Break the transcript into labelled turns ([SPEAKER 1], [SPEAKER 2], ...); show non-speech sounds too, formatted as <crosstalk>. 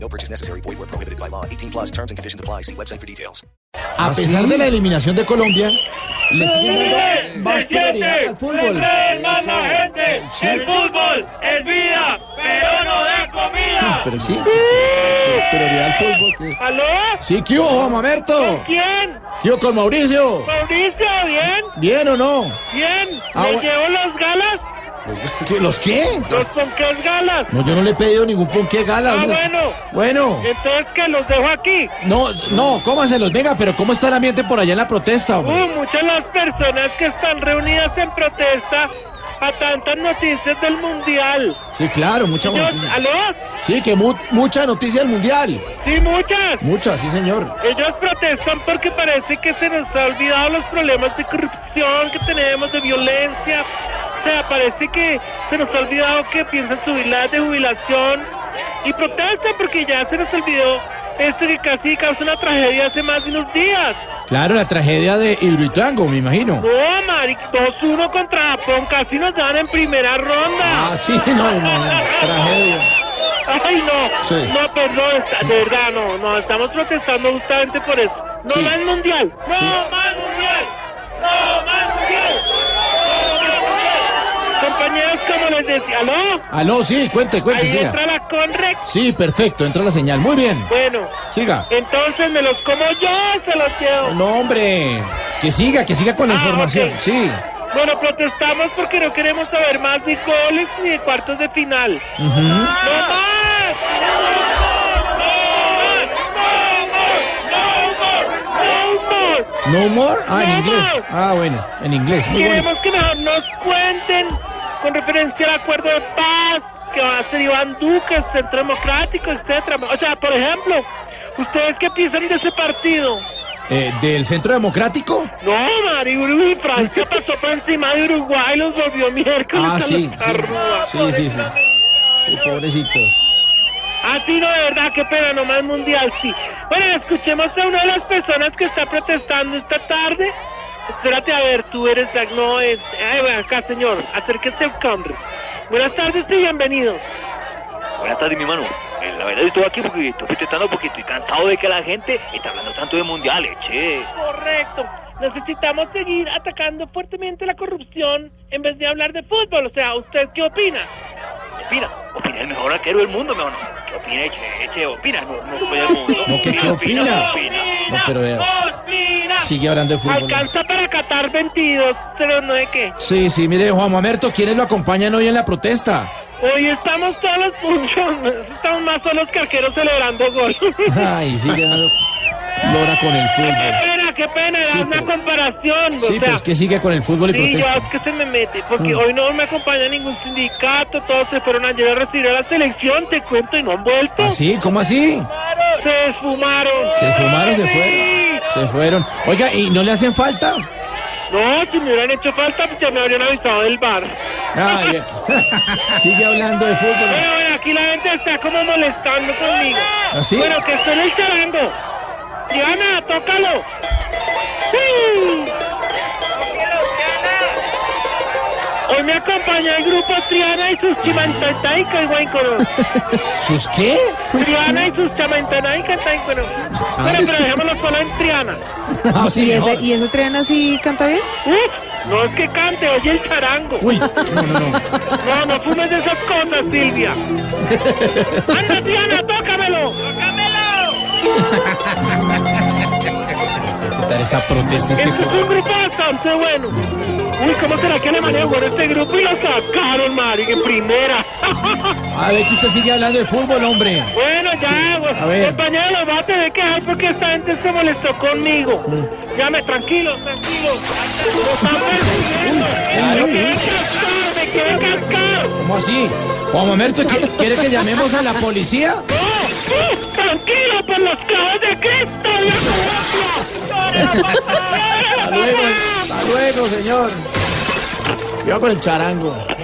[SPEAKER 1] No purchase necessary. Void where prohibited by law. 18 plus terms and conditions apply. See website for details.
[SPEAKER 2] A pesar de la eliminación de Colombia, le siguen dando más prioridad al fútbol.
[SPEAKER 3] hermana, gente! ¡El fútbol es vida, pero no da comida!
[SPEAKER 2] Pero sí, que- que prioridad al fútbol. que-
[SPEAKER 3] ¿Aló?
[SPEAKER 2] Sí, ¿qué hubo, Juan Mamerto?
[SPEAKER 3] ¿Quién?
[SPEAKER 2] ¿Qué hubo con Mauricio?
[SPEAKER 3] ¿Mauricio? ¿Bien?
[SPEAKER 2] ¿Bien o no?
[SPEAKER 3] ¿Bien?
[SPEAKER 2] Ah,
[SPEAKER 3] ¿Le
[SPEAKER 2] bueno.
[SPEAKER 3] llevo las galas?
[SPEAKER 2] ¿Qué- ¿Los qué?
[SPEAKER 3] ¿Los con qué galas?
[SPEAKER 2] No, yo no le he pedido ningún ponqué gala.
[SPEAKER 3] Ah,
[SPEAKER 2] hombre.
[SPEAKER 3] bueno.
[SPEAKER 2] Bueno,
[SPEAKER 3] Entonces, que los dejo aquí?
[SPEAKER 2] no, no, cómaselos, venga, pero ¿cómo está el ambiente por allá en la protesta, hombre?
[SPEAKER 3] Uh, muchas las personas que están reunidas en protesta a tantas noticias del Mundial.
[SPEAKER 2] Sí, claro, mucha
[SPEAKER 3] Yo-
[SPEAKER 2] noticia.
[SPEAKER 3] ¿Aló?
[SPEAKER 2] Sí, que mu- mucha noticia del mundial.
[SPEAKER 3] Sí, muchas.
[SPEAKER 2] Mucha, sí, señor.
[SPEAKER 3] Ellos protestan porque parece que se nos ha olvidado los problemas de corrupción que tenemos, de violencia. O sea, parece que se nos ha olvidado que piensan subir la edad de jubilación y protestan porque ya se nos olvidó esto que casi causó una tragedia hace más de unos días.
[SPEAKER 2] Claro, la tragedia de Ilvituango, me imagino.
[SPEAKER 3] No, Maric, 2-1 contra Japón, casi nos dan en primera ronda.
[SPEAKER 2] Ah, sí, no, no, tragedia.
[SPEAKER 3] Ay, no.
[SPEAKER 2] Sí.
[SPEAKER 3] No, pues no, está- de verdad, no, no, estamos protestando justamente por eso. No
[SPEAKER 2] Sí.
[SPEAKER 3] más mundial. No
[SPEAKER 2] Sí.
[SPEAKER 3] más mundial. No más mundial. No más mundial. Compañeros, como les decía, ¿no?
[SPEAKER 2] Aló, sí, cuente, cuente,
[SPEAKER 3] Ahí
[SPEAKER 2] siga.
[SPEAKER 3] entra la Conrec.
[SPEAKER 2] Sí, perfecto, entra la señal. Muy bien,
[SPEAKER 3] Bueno,
[SPEAKER 2] siga.
[SPEAKER 3] entonces me los como yo, se los llevo.
[SPEAKER 2] No, hombre, que siga, que siga con la
[SPEAKER 3] Ah,
[SPEAKER 2] información.
[SPEAKER 3] ok.
[SPEAKER 2] Sí,
[SPEAKER 3] Bueno, protestamos porque no queremos saber más de goles ni de cuartos de final. ¡No más! ¡No más! ¡No más! ¡No más! ¡No más!
[SPEAKER 2] no humor. Ah, en
[SPEAKER 3] No
[SPEAKER 2] inglés.
[SPEAKER 3] more.
[SPEAKER 2] Ah, bueno, en inglés, muy bueno.
[SPEAKER 3] Queremos que mejor nos cuenten con referencia al acuerdo de paz que va a hacer Iván Duque, el Centro Democrático, etcétera. O sea, por ejemplo, ¿ustedes qué piensan de ese partido?
[SPEAKER 2] Eh, ¿Del Centro Democrático?
[SPEAKER 3] No, Mari, Uruguay, Francia pasó por encima de Uruguay, los volvió miércoles
[SPEAKER 2] Ah,
[SPEAKER 3] a
[SPEAKER 2] sí,
[SPEAKER 3] los
[SPEAKER 2] sí.
[SPEAKER 3] carrudas.
[SPEAKER 2] Sí, sí, sí. Sí, pobrecito.
[SPEAKER 3] Ah, sí, no, de verdad, qué pena, nomás mundial, sí. Bueno, escuchemos a una de las personas que está protestando esta tarde. Espérate, a ver, tú eres... la- No, es... Ay, bueno, acá, señor, acérquese al cambre. Buenas tardes y bienvenido.
[SPEAKER 4] Buenas tardes, mi hermano. Eh, La verdad, yo estoy aquí porque estoy protestando porque estoy cansado de que la gente está hablando tanto de mundiales, che.
[SPEAKER 3] Correcto. Necesitamos seguir atacando fuertemente la corrupción en vez de hablar de fútbol. O sea, ¿usted qué opina?
[SPEAKER 4] ¿Qué opina? ¿Opina el mejor arquero del mundo, mi hermano? ¿Qué opina, che? che? ¿Opina? No, no, opina el mundo.
[SPEAKER 2] No, que qué opina. No, pero vea,
[SPEAKER 3] ¡Opina!
[SPEAKER 2] Sigue hablando de fútbol.
[SPEAKER 3] Alcanza para Qatar 22, pero no de qué.
[SPEAKER 2] Sí, sí, mire, Juan Mamerto, ¿quiénes lo acompañan hoy en la
[SPEAKER 3] <laughs>
[SPEAKER 2] protesta?
[SPEAKER 3] Hoy estamos todos los puntos, estamos más solos que arqueros celebrando
[SPEAKER 2] <laughs>
[SPEAKER 3] gol.
[SPEAKER 2] Ay, sigue dando lora con el
[SPEAKER 3] qué
[SPEAKER 2] fútbol.
[SPEAKER 3] pena, qué pena, era
[SPEAKER 2] Sí,
[SPEAKER 3] una
[SPEAKER 2] pero-
[SPEAKER 3] comparación. o
[SPEAKER 2] Sí,
[SPEAKER 3] sea,
[SPEAKER 2] pero es que sigue con el fútbol y
[SPEAKER 3] sí, ya
[SPEAKER 2] protesta.
[SPEAKER 3] es que se me mete, porque hoy no me acompaña ningún sindicato, todos se fueron ayer a recibir a la selección, te cuento, y no han vuelto.
[SPEAKER 2] ¿Así? ¿Cómo así?
[SPEAKER 3] Se esfumaron.
[SPEAKER 2] Ah, Se fumaron, se
[SPEAKER 3] Sí.
[SPEAKER 2] fueron. Se fueron. Oiga, ¿y no le hacen falta?
[SPEAKER 3] No, si me hubieran hecho falta, pues ya me habrían avisado del bar.
[SPEAKER 2] Ay, eh. <laughs> sigue hablando de fútbol.
[SPEAKER 3] Bueno, bueno, aquí la gente está como molestando conmigo.
[SPEAKER 2] ¿Ah, sí?
[SPEAKER 3] Bueno, que estoy luchando. Diana, tócalo. ¡Sí! Hoy me acompaña el grupo Triana y sus chimantantaica y guaycono.
[SPEAKER 2] ¿Sus qué?
[SPEAKER 3] Triana y sus chimantantaica y guaycono. Bueno, pero dejémoslo solo en Triana.
[SPEAKER 2] <laughs> Ah, sí,
[SPEAKER 5] ¿Y
[SPEAKER 2] mejor.
[SPEAKER 5] ese, ¿Y ese tren así canta bien?
[SPEAKER 3] Uf, no es que cante, oye el charango.
[SPEAKER 5] <laughs>
[SPEAKER 2] Uy, no, no, no.
[SPEAKER 3] No, no fumes esas cosas, Silvia. Anda, Triana, tócamelo. Tócamelo.
[SPEAKER 2] Esta protesta es que...
[SPEAKER 3] Este es un grupo bastante bueno. Uy, ¿cómo será que le manejo con este grupo y lo sacaron, Mari, en primera? <laughs>
[SPEAKER 2] A ver, que usted sigue hablando de fútbol, hombre.
[SPEAKER 3] bueno, ya,
[SPEAKER 2] a
[SPEAKER 3] pues,
[SPEAKER 2] ver.
[SPEAKER 3] compañero, va a tener que dejar porque esta gente se molestó conmigo.
[SPEAKER 2] Mm.
[SPEAKER 3] Ya me, tranquilo, tranquilo.
[SPEAKER 2] <laughs>
[SPEAKER 3] Lo están persiguiendo.
[SPEAKER 2] Uy,
[SPEAKER 3] Me
[SPEAKER 2] uy.
[SPEAKER 3] quieren cascar, me quieren cascar.
[SPEAKER 2] ¿Cómo así? Juan Mamerto, ¿qui- ¿quiere que llamemos a la policía?
[SPEAKER 3] No, sí, tranquilo, por los clavos de Cristo, Dios mío.
[SPEAKER 2] <laughs> Hasta luego, hasta luego, señor. Cuidado con el charango.